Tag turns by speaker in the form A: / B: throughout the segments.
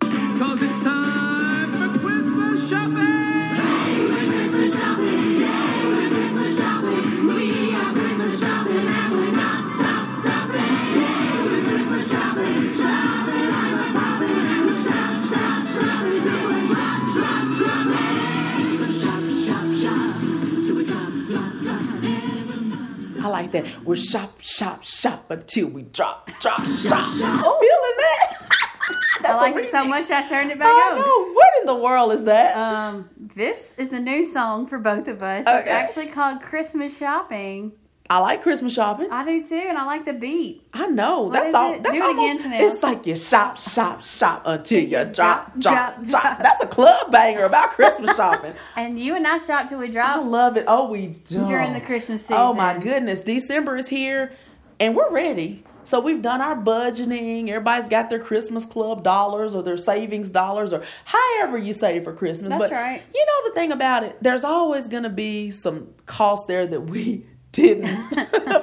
A: Cause it's time for Christmas shopping!
B: I like that. We're shop, shop, shop until we drop, drop, drop. Oh, feeling that? That's a
C: I liked it so
B: remix.
C: much I turned it back
B: I
C: on.
B: know. What in the world is that?
C: Um, this is a new song for both of us. It's
B: Okay.
C: actually called Christmas Shopping.
B: I like Christmas shopping. I,
C: I do too, and I like the beat.
B: know. That's
C: is
B: all.
C: it?
B: That's
C: Do it
B: almost,
C: again, Tanel.
B: It's like you shop, shop, shop until you drop,
C: Drop,
B: drop,
C: drop,
B: drop.
C: drop.
B: That's a club banger about Christmas shopping.
C: And you and I shop till we
B: I
C: drop
B: love it. Oh, we do.
C: during the Christmas season.
B: Oh my goodness, December is here, and we're ready. So we've done our budgeting. Everybody's got their Christmas club dollars or their savings dollars or however you save for Christmas.
C: That's
B: but
C: right.
B: you know the thing about it, there's always going to be some cost there that we didn't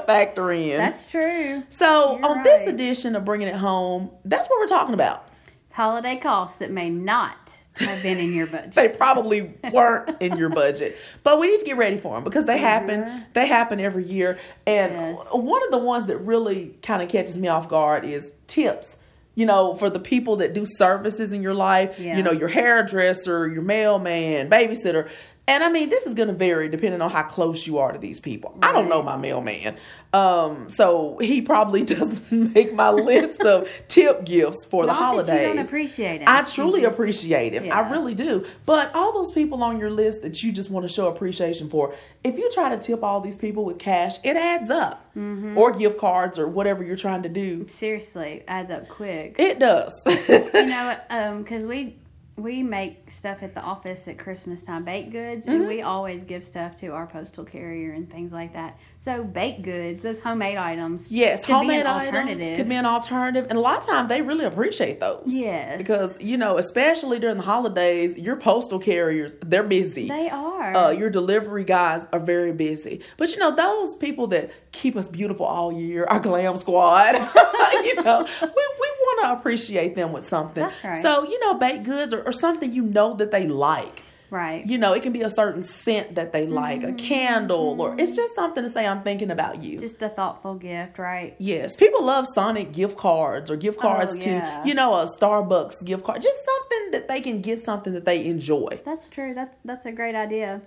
B: factor in.
C: That's true.
B: so
C: you're
B: on this
C: right.
B: edition of Bringing It Home, that's what we're talking about.
C: It's holiday costs that may not have been in your budget.
B: They probably weren't in your budget, but we need to get ready for them because they
C: Yeah.
B: happen. They happen every year, and
C: Yes.
B: w- one of the ones that really kind of catches me off guard is tips. You know, for the people that do services in your life,
C: Yeah.
B: you know, your hairdresser, your mailman, babysitter. And I mean, this is going to vary depending on how close you are to these people. I don't know my mailman. Um, so he probably doesn't make my list of tip gifts for the
C: Not
B: holidays.
C: that you don't appreciate it.
B: I truly
C: You just-
B: appreciate him.
C: Yeah.
B: I really do. But all those people on your list that you just want to show appreciation for, if you try to tip all these people with cash, it adds up.
C: Mm-hmm.
B: Or gift cards or whatever you're trying to do.
C: Seriously, adds up quick.
B: It does.
C: you know, um, because we we make stuff at the office at Christmas time, baked goods,
B: Mm-hmm.
C: and we always give stuff to our postal carrier and things like that. So baked goods, those homemade items,
B: yes,
C: could
B: homemade
C: be an
B: items
C: alternative.
B: could be an alternative. And a lot of times they really appreciate those.
C: Yes.
B: Because, you know, especially during the holidays, your postal carriers, they're busy.
C: they are.
B: uh, your delivery guys are very busy. But you know, those people that keep us beautiful all year, our glam squad, you know, we, we want to appreciate them with something.
C: That's right.
B: So, you know, baked goods or, or something you know that they like.
C: right. Mm-hmm.
B: You know, it can be a certain scent that they like, a candle, or it's just something to say, I'm thinking about you.
C: Just a thoughtful gift, right?
B: Yes, people love Sonic gift cards or gift cards
C: Oh, yeah.
B: to, you know, a Starbucks gift card. Just something that they can get something that they enjoy.
C: That's true. That's that's a great idea.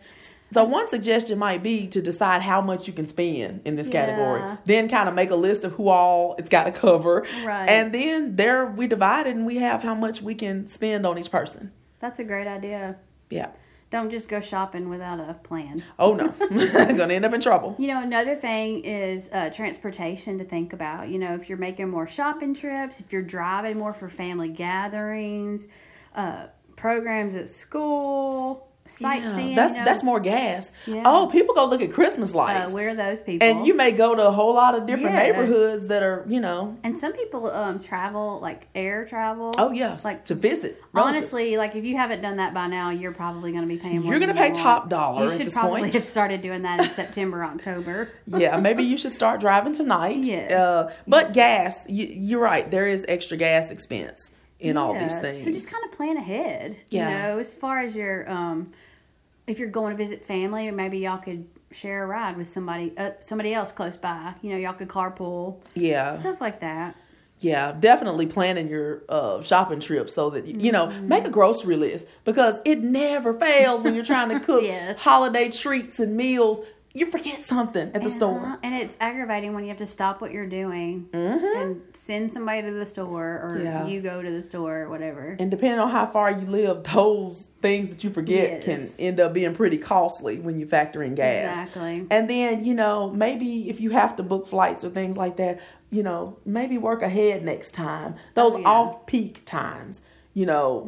B: So one suggestion might be to decide how much you can spend in this
C: Yeah.
B: category. Then kind of make a list of who all it's got to cover.
C: Right.
B: And then there we divide it and we have how much we can spend on each person.
C: That's a great idea.
B: Yeah.
C: Don't just go shopping without a plan.
B: Oh no. Gonna end up in trouble.
C: You know, another thing is uh, transportation to think about. You know, if you're making more shopping trips, if you're driving more for family gatherings, uh, programs at school, sightseeing.
B: Yeah, that's
C: you know,
B: that's more gas.
C: Yeah.
B: Oh, people go look at Christmas
C: Uh,
B: lights.
C: we're those people.
B: and you may go to a whole lot of different
C: Yes.
B: neighborhoods that are, you know,
C: And some people um, travel like air travel.
B: oh yes,
C: Like
B: like to visit. relatives.
C: honestly, like if you haven't done that by now, you're probably going to be paying. more
B: You're
C: than
B: gonna pay
C: you
B: top
C: want.
B: dollar
C: You
B: at
C: should
B: this
C: probably
B: point.
C: have started doing that in September, October.
B: yeah, maybe you should start driving tonight.
C: Yes.
B: Uh, but gas, you, you're right. There is extra gas expense in all these
C: Yeah.
B: things.
C: So just kind of plan ahead.
B: Yeah.
C: You know, as far as your um, if you're going to visit family, or maybe y'all could share a ride with somebody uh, somebody else close by. You know, y'all could carpool
B: yeah,
C: stuff like that.
B: yeah, definitely planning your uh, shopping trip so that you know
C: Mm-hmm.
B: make a grocery list because it never fails when you're trying to cook
C: Yes.
B: holiday treats and meals. You forget something at the
C: Uh-huh.
B: store.
C: And it's aggravating when you have to stop what you're doing and send somebody to the store, or
B: Mm-hmm. Yeah.
C: you go to the store, or whatever.
B: And depending on how far you live, those things that you forget
C: Yes.
B: can end up being pretty costly when you factor in gas.
C: Exactly.
B: And then, you know, maybe if you have to book flights or things like that, you know, maybe work ahead next time. Those
C: Oh, yeah. Mm-hmm.
B: off peak times, you know,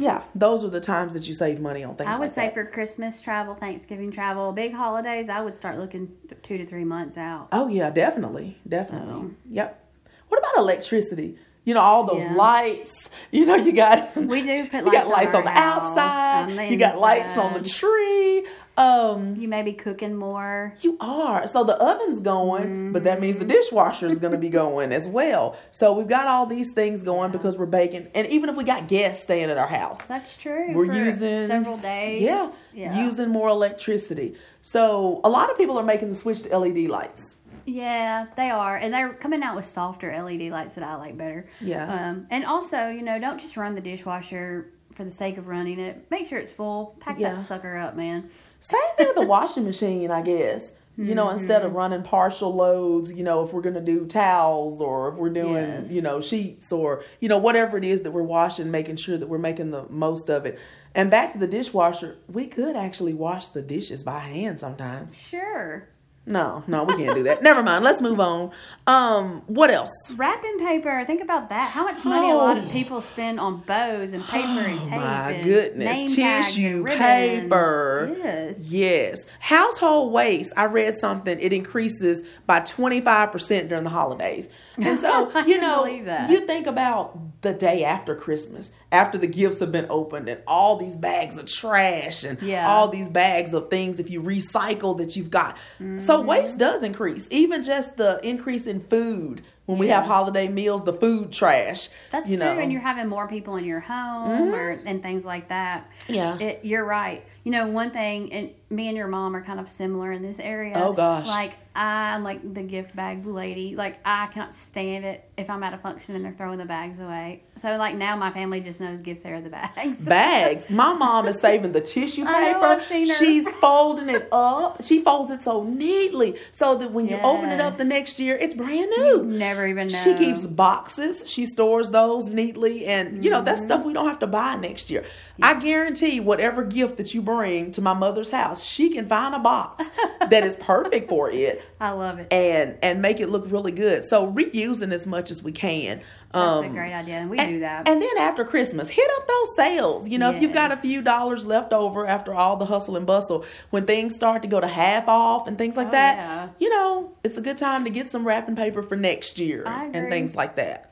B: yeah, those are the times that you save money on things
C: I would
B: like
C: say
B: that.
C: for Christmas travel, Thanksgiving travel, big holidays, I would start looking th- two to three months out.
B: oh, yeah, definitely. Definitely.
C: Oh.
B: Yep. What about electricity? You know, all those
C: Yeah.
B: lights. You know, you got.
C: We do put
B: You
C: lights
B: got
C: on
B: lights
C: our
B: on the
C: house,
B: outside.
C: on the
B: you got lights on the
C: inside.
B: tree. Um,
C: You may be cooking more.
B: you are. So the oven's going, but that means the
C: Mm-hmm.
B: dishwasher's going to be going as well. So we've got all these things going because we're baking. And even if we got guests staying at our house,
C: That's true.
B: we're
C: for
B: using
C: several days.
B: Yeah, using more electricity. So a lot of people are making the switch to LED lights.
C: Yeah, they are, and they're coming out with softer LED lights that I like better.
B: Yeah.
C: Um, and also, you know, don't just run the dishwasher for the sake of running it. Make sure it's full. Pack
B: Yeah.
C: that sucker up, man.
B: Same thing with the washing machine, I guess. You know, instead of running partial loads, you know, if we're going to do towels or if we're doing,
C: Yes.
B: you know, sheets or, you know, whatever it is that we're washing, making sure that we're making the most of it. And back to the dishwasher, we could actually wash the dishes by hand sometimes.
C: Sure.
B: No, no, we can't do that. Never mind. Let's move on. Um, what else?
C: Wrapping paper. Think about that. How much money a lot of
B: Oh.
C: people spend on bows and paper and tape.
B: my
C: and
B: goodness.
C: name tags
B: Tissue,
C: and ribbons.
B: paper.
C: Yes.
B: Yes. Household waste, I read something, it increases by 25% during the holidays. And so,
C: I
B: you
C: can
B: know,
C: believe that.
B: you think about the day after Christmas, after the gifts have been opened and all these bags of trash and
C: Yeah.
B: all these bags of things if you recycle that you've got. So
C: Mm-hmm.
B: waste does increase, even just the increase in food. When we have holiday meals, the food trash.
C: That's
B: you
C: true,
B: know. Mm-hmm.
C: and you're having more people in your home or and things like that.
B: Yeah.
C: it, you're right. You know, one thing, and me and your mom are kind of similar in this area.
B: Oh, gosh.
C: Like I'm like the gift bag lady. Like I cannot stand it if I'm at a function and they're throwing the bags away. So like now my family just knows gifts are the bags.
B: bags. My mom is saving the tissue paper.
C: I know, I've seen her.
B: She's folding it up. She folds it so neatly so that when you open it up the
C: Yes.
B: next year, it's brand new.
C: Never even know.
B: She keeps boxes. She stores those neatly, and you know that's stuff
C: Mm-hmm.
B: we don't have to buy next year. I guarantee whatever gift that you bring to my mother's house, she can find a box that is perfect for it
C: I love it.
B: and and make it look really good. So reusing as much as we can.
C: That's a
B: Um,
C: great idea, and we
B: and,
C: do that.
B: and then after Christmas, hit up those sales. You know, if you've got a
C: Yes.
B: few dollars left over after all the hustle and bustle, when things start to go to half off and things like
C: Oh,
B: that,
C: yeah.
B: you know, it's a good time to get some wrapping paper for next year
C: I
B: and
C: agree.
B: things like that.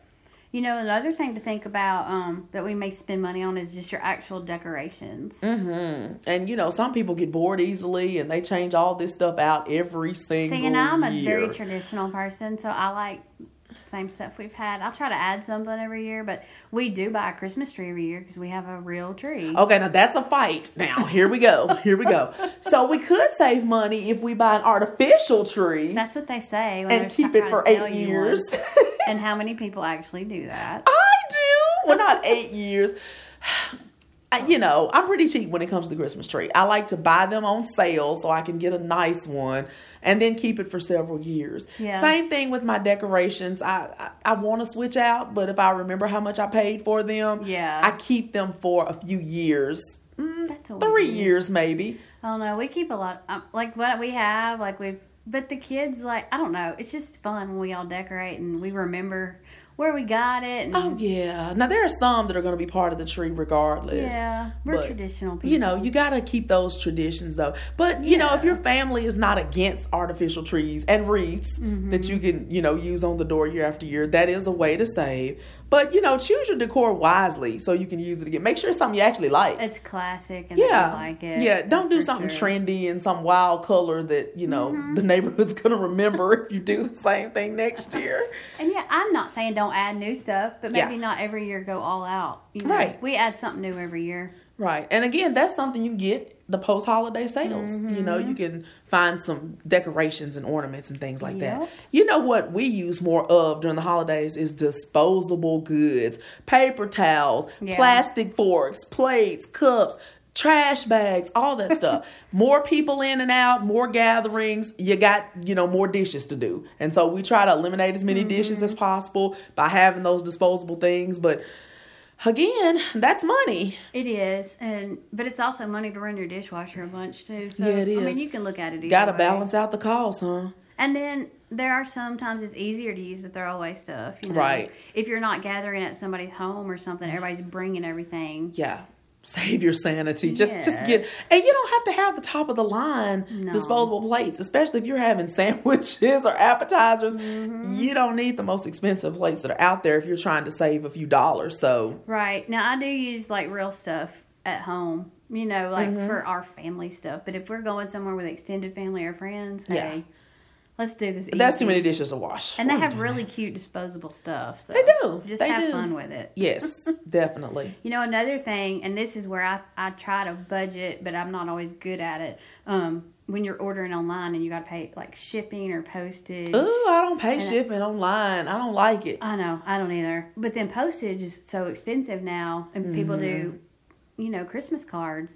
C: You know, another thing to think about um, that we may spend money on is just your actual decorations.
B: And you know, some people get bored easily and they change all this stuff out every single
C: See, and I'm a
B: year.
C: very traditional person, so I like the same stuff we've had. I'll try to add something every year, but we do buy a Christmas tree every year because we have a real tree.
B: Okay, now that's a fight. Now, here we go. Here we go. So, we could save money if we buy an artificial tree
C: That's what they say. When
B: and
C: they're
B: keep
C: trying
B: it
C: to
B: for
C: sell
B: eight
C: you
B: years.
C: one. and how many people actually do that?
B: I do. Well, not eight years. I- You know, I'm pretty cheap when it comes to the Christmas tree. I like to buy them on sale so I can get a nice one and then keep it for several years.
C: Yeah.
B: Same thing with my decorations. I I, I want to switch out, but if I remember how much I paid for them,
C: Yeah.
B: I keep them for a few years. Mm,
C: That's a
B: three
C: weird-
B: years maybe.
C: I don't know. We keep a lot, um, like what we have, like we. But the kids, like I don't know. It's just fun when we all decorate and we remember where we got it. And,
B: Oh yeah. Now there are some that are going to be part of the tree regardless.
C: yeah, we're
B: but,
C: traditional people.
B: you know you got to keep those traditions though but you know if
C: Mm-hmm. Yeah.
B: your family is not against artificial trees and wreaths
C: Mm-hmm.
B: that you can you know use on the door year after year that is a way to save but you know choose your decor wisely so you can use it again make sure it's something you actually like
C: it's classic and yeah,
B: yeah
C: like it.
B: yeah don't do
C: for
B: something
C: sure. Mm-hmm.
B: trendy and some wild color that you know the neighborhood's gonna remember if you do the same thing next year
C: And yeah, I'm not saying don't add new stuff, but
B: Yeah.
C: maybe not every year go all out. You know?
B: Right.
C: We add something new every year.
B: Right. And again, that's something you can get the post holiday sales. You know,
C: Mm-hmm.
B: you can find some decorations and ornaments and things like that.
C: Yep.
B: You know what we use more of during the holidays is disposable goods, paper towels,
C: Yeah.
B: plastic forks, plates, cups, trash bags, all that stuff. More people in and out, more gatherings, you got, you know, more dishes to do. And so we try to eliminate as many dishes
C: Mm-hmm.
B: as possible by having those disposable things, but again, that's money.
C: It is, and but it's also money to run your dishwasher a bunch too. So
B: Yeah, it
C: I
B: is.
C: mean, you can look at it. either
B: Gotta
C: way.
B: balance out the cost, huh?
C: And then there are sometimes it's easier to use the throwaway stuff. You know?
B: Right.
C: If you're not gathering at somebody's home or something, everybody's bringing everything.
B: Yeah. Save your sanity. Just just
C: Yes.
B: get and you don't have to have the top of the line
C: No.
B: disposable plates, especially if you're having sandwiches or appetizers.
C: Mm-hmm.
B: You don't need the most expensive plates that are out there if you're trying to save a few dollars. So
C: Right. Now I do use like real stuff at home. you know, like
B: Mm-hmm.
C: for our family stuff. But if we're going somewhere with extended family or friends, hey,
B: Yeah.
C: let's do this.
B: But that's
C: easy.
B: too many dishes to wash.
C: And they
B: We're
C: have
B: doing
C: really cute disposable stuff. So
B: They do.
C: Just
B: They
C: have
B: do.
C: fun with it.
B: that. Yes, definitely.
C: You know, another thing, and this is where I, I try to budget, but I'm not always good at it. Um, when you're ordering online and you got to pay like shipping or postage.
B: Ooh, I don't pay
C: And I-
B: shipping online. I don't like it.
C: I know, I don't either. But then postage is so expensive now, and people do,
B: Mm-hmm.
C: you know, Christmas cards.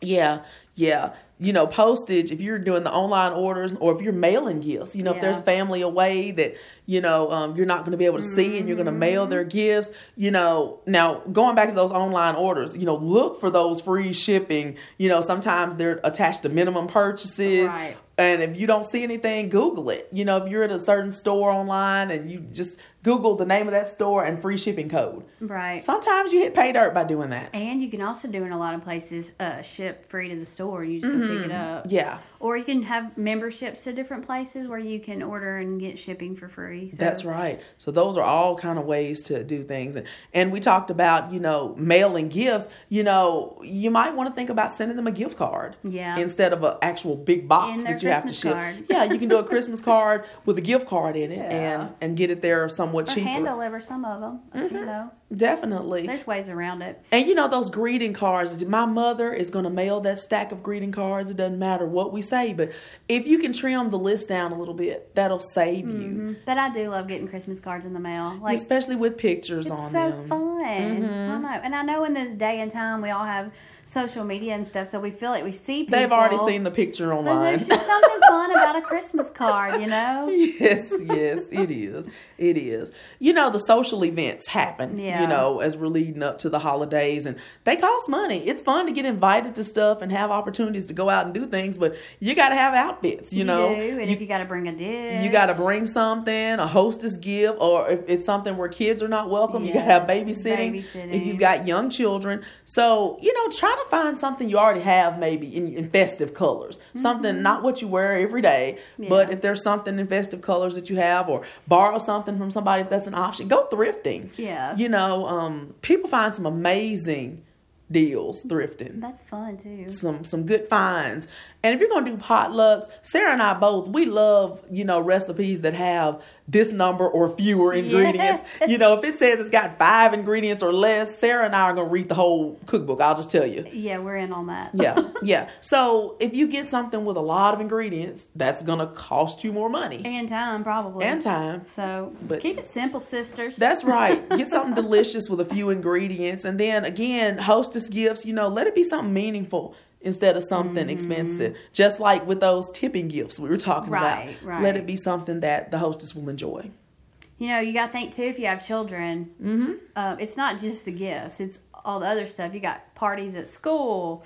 B: Yeah, yeah. You know, postage, if you're doing the online orders or if you're mailing gifts, you know, if
C: Yeah.
B: there's family away that, you know, um, you're not going to be able to see and you're going to mail their
C: Mm-hmm.
B: gifts, you know, now going back to those online orders, you know, look for those free shipping. You know, sometimes they're attached to minimum purchases.
C: Right.
B: And if you don't see anything, Google it. You know, if you're at a certain store online and you just Google the name of that store and free shipping code.
C: Right.
B: Sometimes you hit pay dirt by doing that.
C: and you can also do in a lot of places uh, ship free to the store. You just can pick it up.
B: Mm-hmm. Yeah.
C: Or you can have memberships to different places where you can order and get shipping for free. So,
B: That's right. So those are all kind of ways to do things, and and we talked about you know mailing gifts. You know you might want to think about sending them a gift card,
C: Yeah.
B: instead of an actual big box
C: And their
B: that you have to
C: Christmas
B: ship.
C: card.
B: Yeah, you can do a Christmas card with a gift card in it,
C: Yeah.
B: and and get it there somewhat
C: Or
B: cheaper. Mm-hmm.
C: hand deliver some of them. You know,
B: Definitely.
C: there's ways around it.
B: And you know those greeting cards. My mother is going to mail that stack of greeting cards. It doesn't matter what we say, but if you can trim the list down a little bit, that'll save you,
C: But I do love getting Christmas cards in the mail. Mm-hmm. Like
B: especially with pictures
C: it's so
B: on them. Mm-hmm.
C: fun. I know, and I know in this day and time we all have social media and stuff, so we feel like we see people.
B: They've already seen the picture
C: But
B: online.
C: there's just something fun about a Christmas card, you know.
B: yes, yes, it is. It is. You know, the social events happen,
C: Yeah.
B: you know, as we're leading up to the holidays and they cost money. It's fun to get invited to stuff and have opportunities to go out and do things, but you got to have outfits, you, know.
C: do, and
B: You-
C: if you got to bring a dish,
B: you got to bring something, a hostess gift, or if it's something where kids are not welcome, you got to have
C: Yes,
B: babysitting.
C: babysitting.
B: If you've got young children, so you know, try to find something you already have, maybe in, in festive colors. Something not what you wear every day, but
C: Mm-hmm. Yeah.
B: if there's something in festive colors that you have, or borrow something from somebody if that's an option. Go thrifting.
C: Yeah.
B: you know, um, people find some amazing deals thrifting
C: That's fun too.
B: some some good finds. And if you're gonna do potlucks, Sarah and I both we love you know recipes that have this number or fewer ingredients. You know, if it says it's got five ingredients or less, Sarah and I are gonna read the whole cookbook. I'll just tell you.
C: Yeah, we're in on that.
B: Yeah, yeah. So if you get something with a lot of ingredients, that's gonna cost you more money
C: and time probably.
B: and time.
C: So
B: But-
C: keep it simple, sisters.
B: That's right. Get something delicious with a few ingredients. And then again, hostess gifts, you know, let it be something meaningful instead of something
C: Mm-hmm.
B: expensive. Just like with those tipping gifts we were talking
C: Right,
B: about.
C: right.
B: Let it be something that the hostess will enjoy.
C: you know, you got to think too if you have children. Mm-hmm. Um, it's not just the gifts; it's all the other stuff. You got parties at school,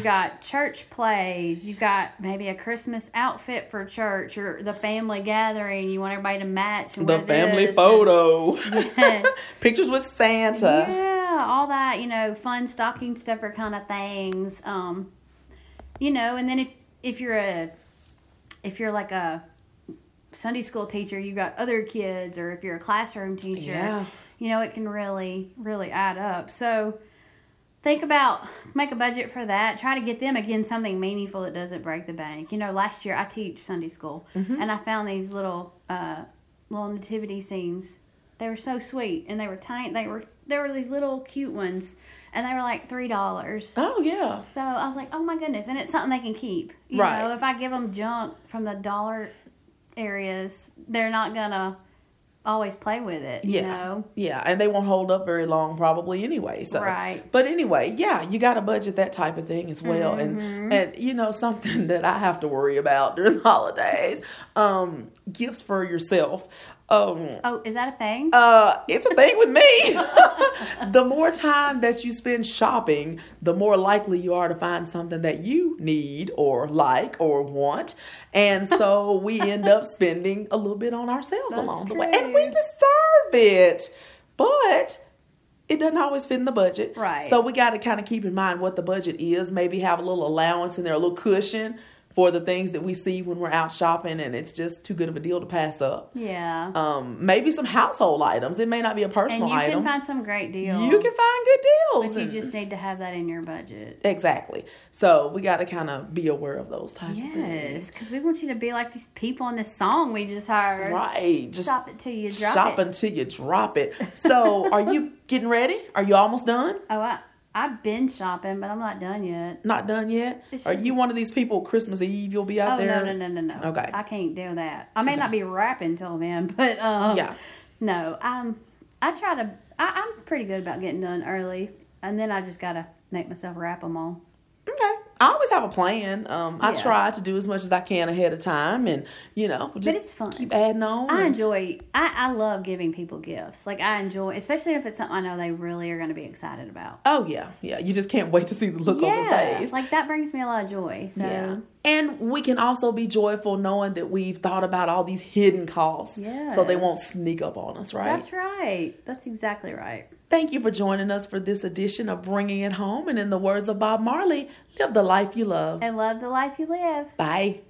C: got church plays, you got maybe a Christmas outfit for church or the family gathering. You want everybody to match. And
B: The
C: wear
B: family
C: this and-
B: photo.
C: Yes.
B: Pictures with Santa.
C: Yeah, all that, you know, fun stocking stuffer kind of things. Um, you know, and then if if you're a if you're like a Sunday school teacher, you've got other kids, or if you're a classroom teacher,
B: Yeah.
C: you know, it can really, really add up. So think about make a budget for that. Try to get them again something meaningful that doesn't break the bank. You know, last year I teach Sunday school, and I found these little uh, little nativity scenes. They were so sweet, and they were tiny. They were there were these little cute ones, and they were like three dollars.
B: Oh, yeah.
C: So I was like, oh my goodness, and it's something they can keep. You
B: Right.
C: know, if I give them junk from the dollar areas, they're not gonna always play with it.
B: Yeah.
C: You know?
B: Yeah. And they won't hold up very long probably anyway. So
C: Right.
B: but anyway, yeah, you gotta budget that type of thing as well.
C: Mm-hmm.
B: And and you know, something that I have to worry about during the holidays. Um, gifts for yourself. Um
C: Oh, is that a thing?
B: uh, it's a thing with me. the more time that you spend shopping, the more likely you are to find something that you need or like or want. And so we end up spending a little bit on ourselves
C: That's
B: along the way. And we
C: true.
B: deserve it. But it doesn't always fit in the budget.
C: Right.
B: So we got to kind of keep in mind what the budget is, maybe have a little allowance in there, a little cushion for the things that we see when we're out shopping, and it's just too good of a deal to pass up.
C: Yeah.
B: Um, maybe some household items. It may not be a
C: and
B: personal
C: you
B: item.
C: can find some great deals.
B: you can find good deals.
C: But you
B: and-
C: just need to have that in your budget.
B: exactly. So we got to kind of be aware of those types of
C: Yes,
B: things.
C: because we want you to be like these people in this song we just heard.
B: Right. Just
C: Shop it till you drop
B: shop
C: it.
B: until you drop it. So are you getting ready? Are you almost done?
C: Oh, I, I've been shopping, but I'm not done yet.
B: Not done yet?
C: It
B: Are
C: should-
B: you one of these people Christmas Eve you'll be out
C: oh
B: there?
C: no, no, no, no, no.
B: Okay.
C: I can't do that. I may not be rapping till then, but um,
B: Yeah.
C: No, um, I try to. I, I'm pretty good about getting done early, and then I just gotta make myself wrap them all.
B: Okay. I always have a plan. Um, I
C: Yeah.
B: try to do as much as I can ahead of time and you know, just
C: it's fun.
B: keep adding on.
C: I
B: and-
C: enjoy. I, I love giving people gifts. Like I enjoy, especially if it's something I know they really are going to be excited about.
B: oh yeah, yeah. You just can't wait to see the look on their face.
C: like that brings me a lot of joy. So
B: Yeah. And we can also be joyful knowing that we've thought about all these hidden costs. So they
C: Yes.
B: won't sneak up on us, right?
C: that's right. That's exactly right.
B: Thank you for joining us for this edition of Bringing It Home. And in the words of Bob Marley, live the life you love.
C: And love the life you live.
B: Bye.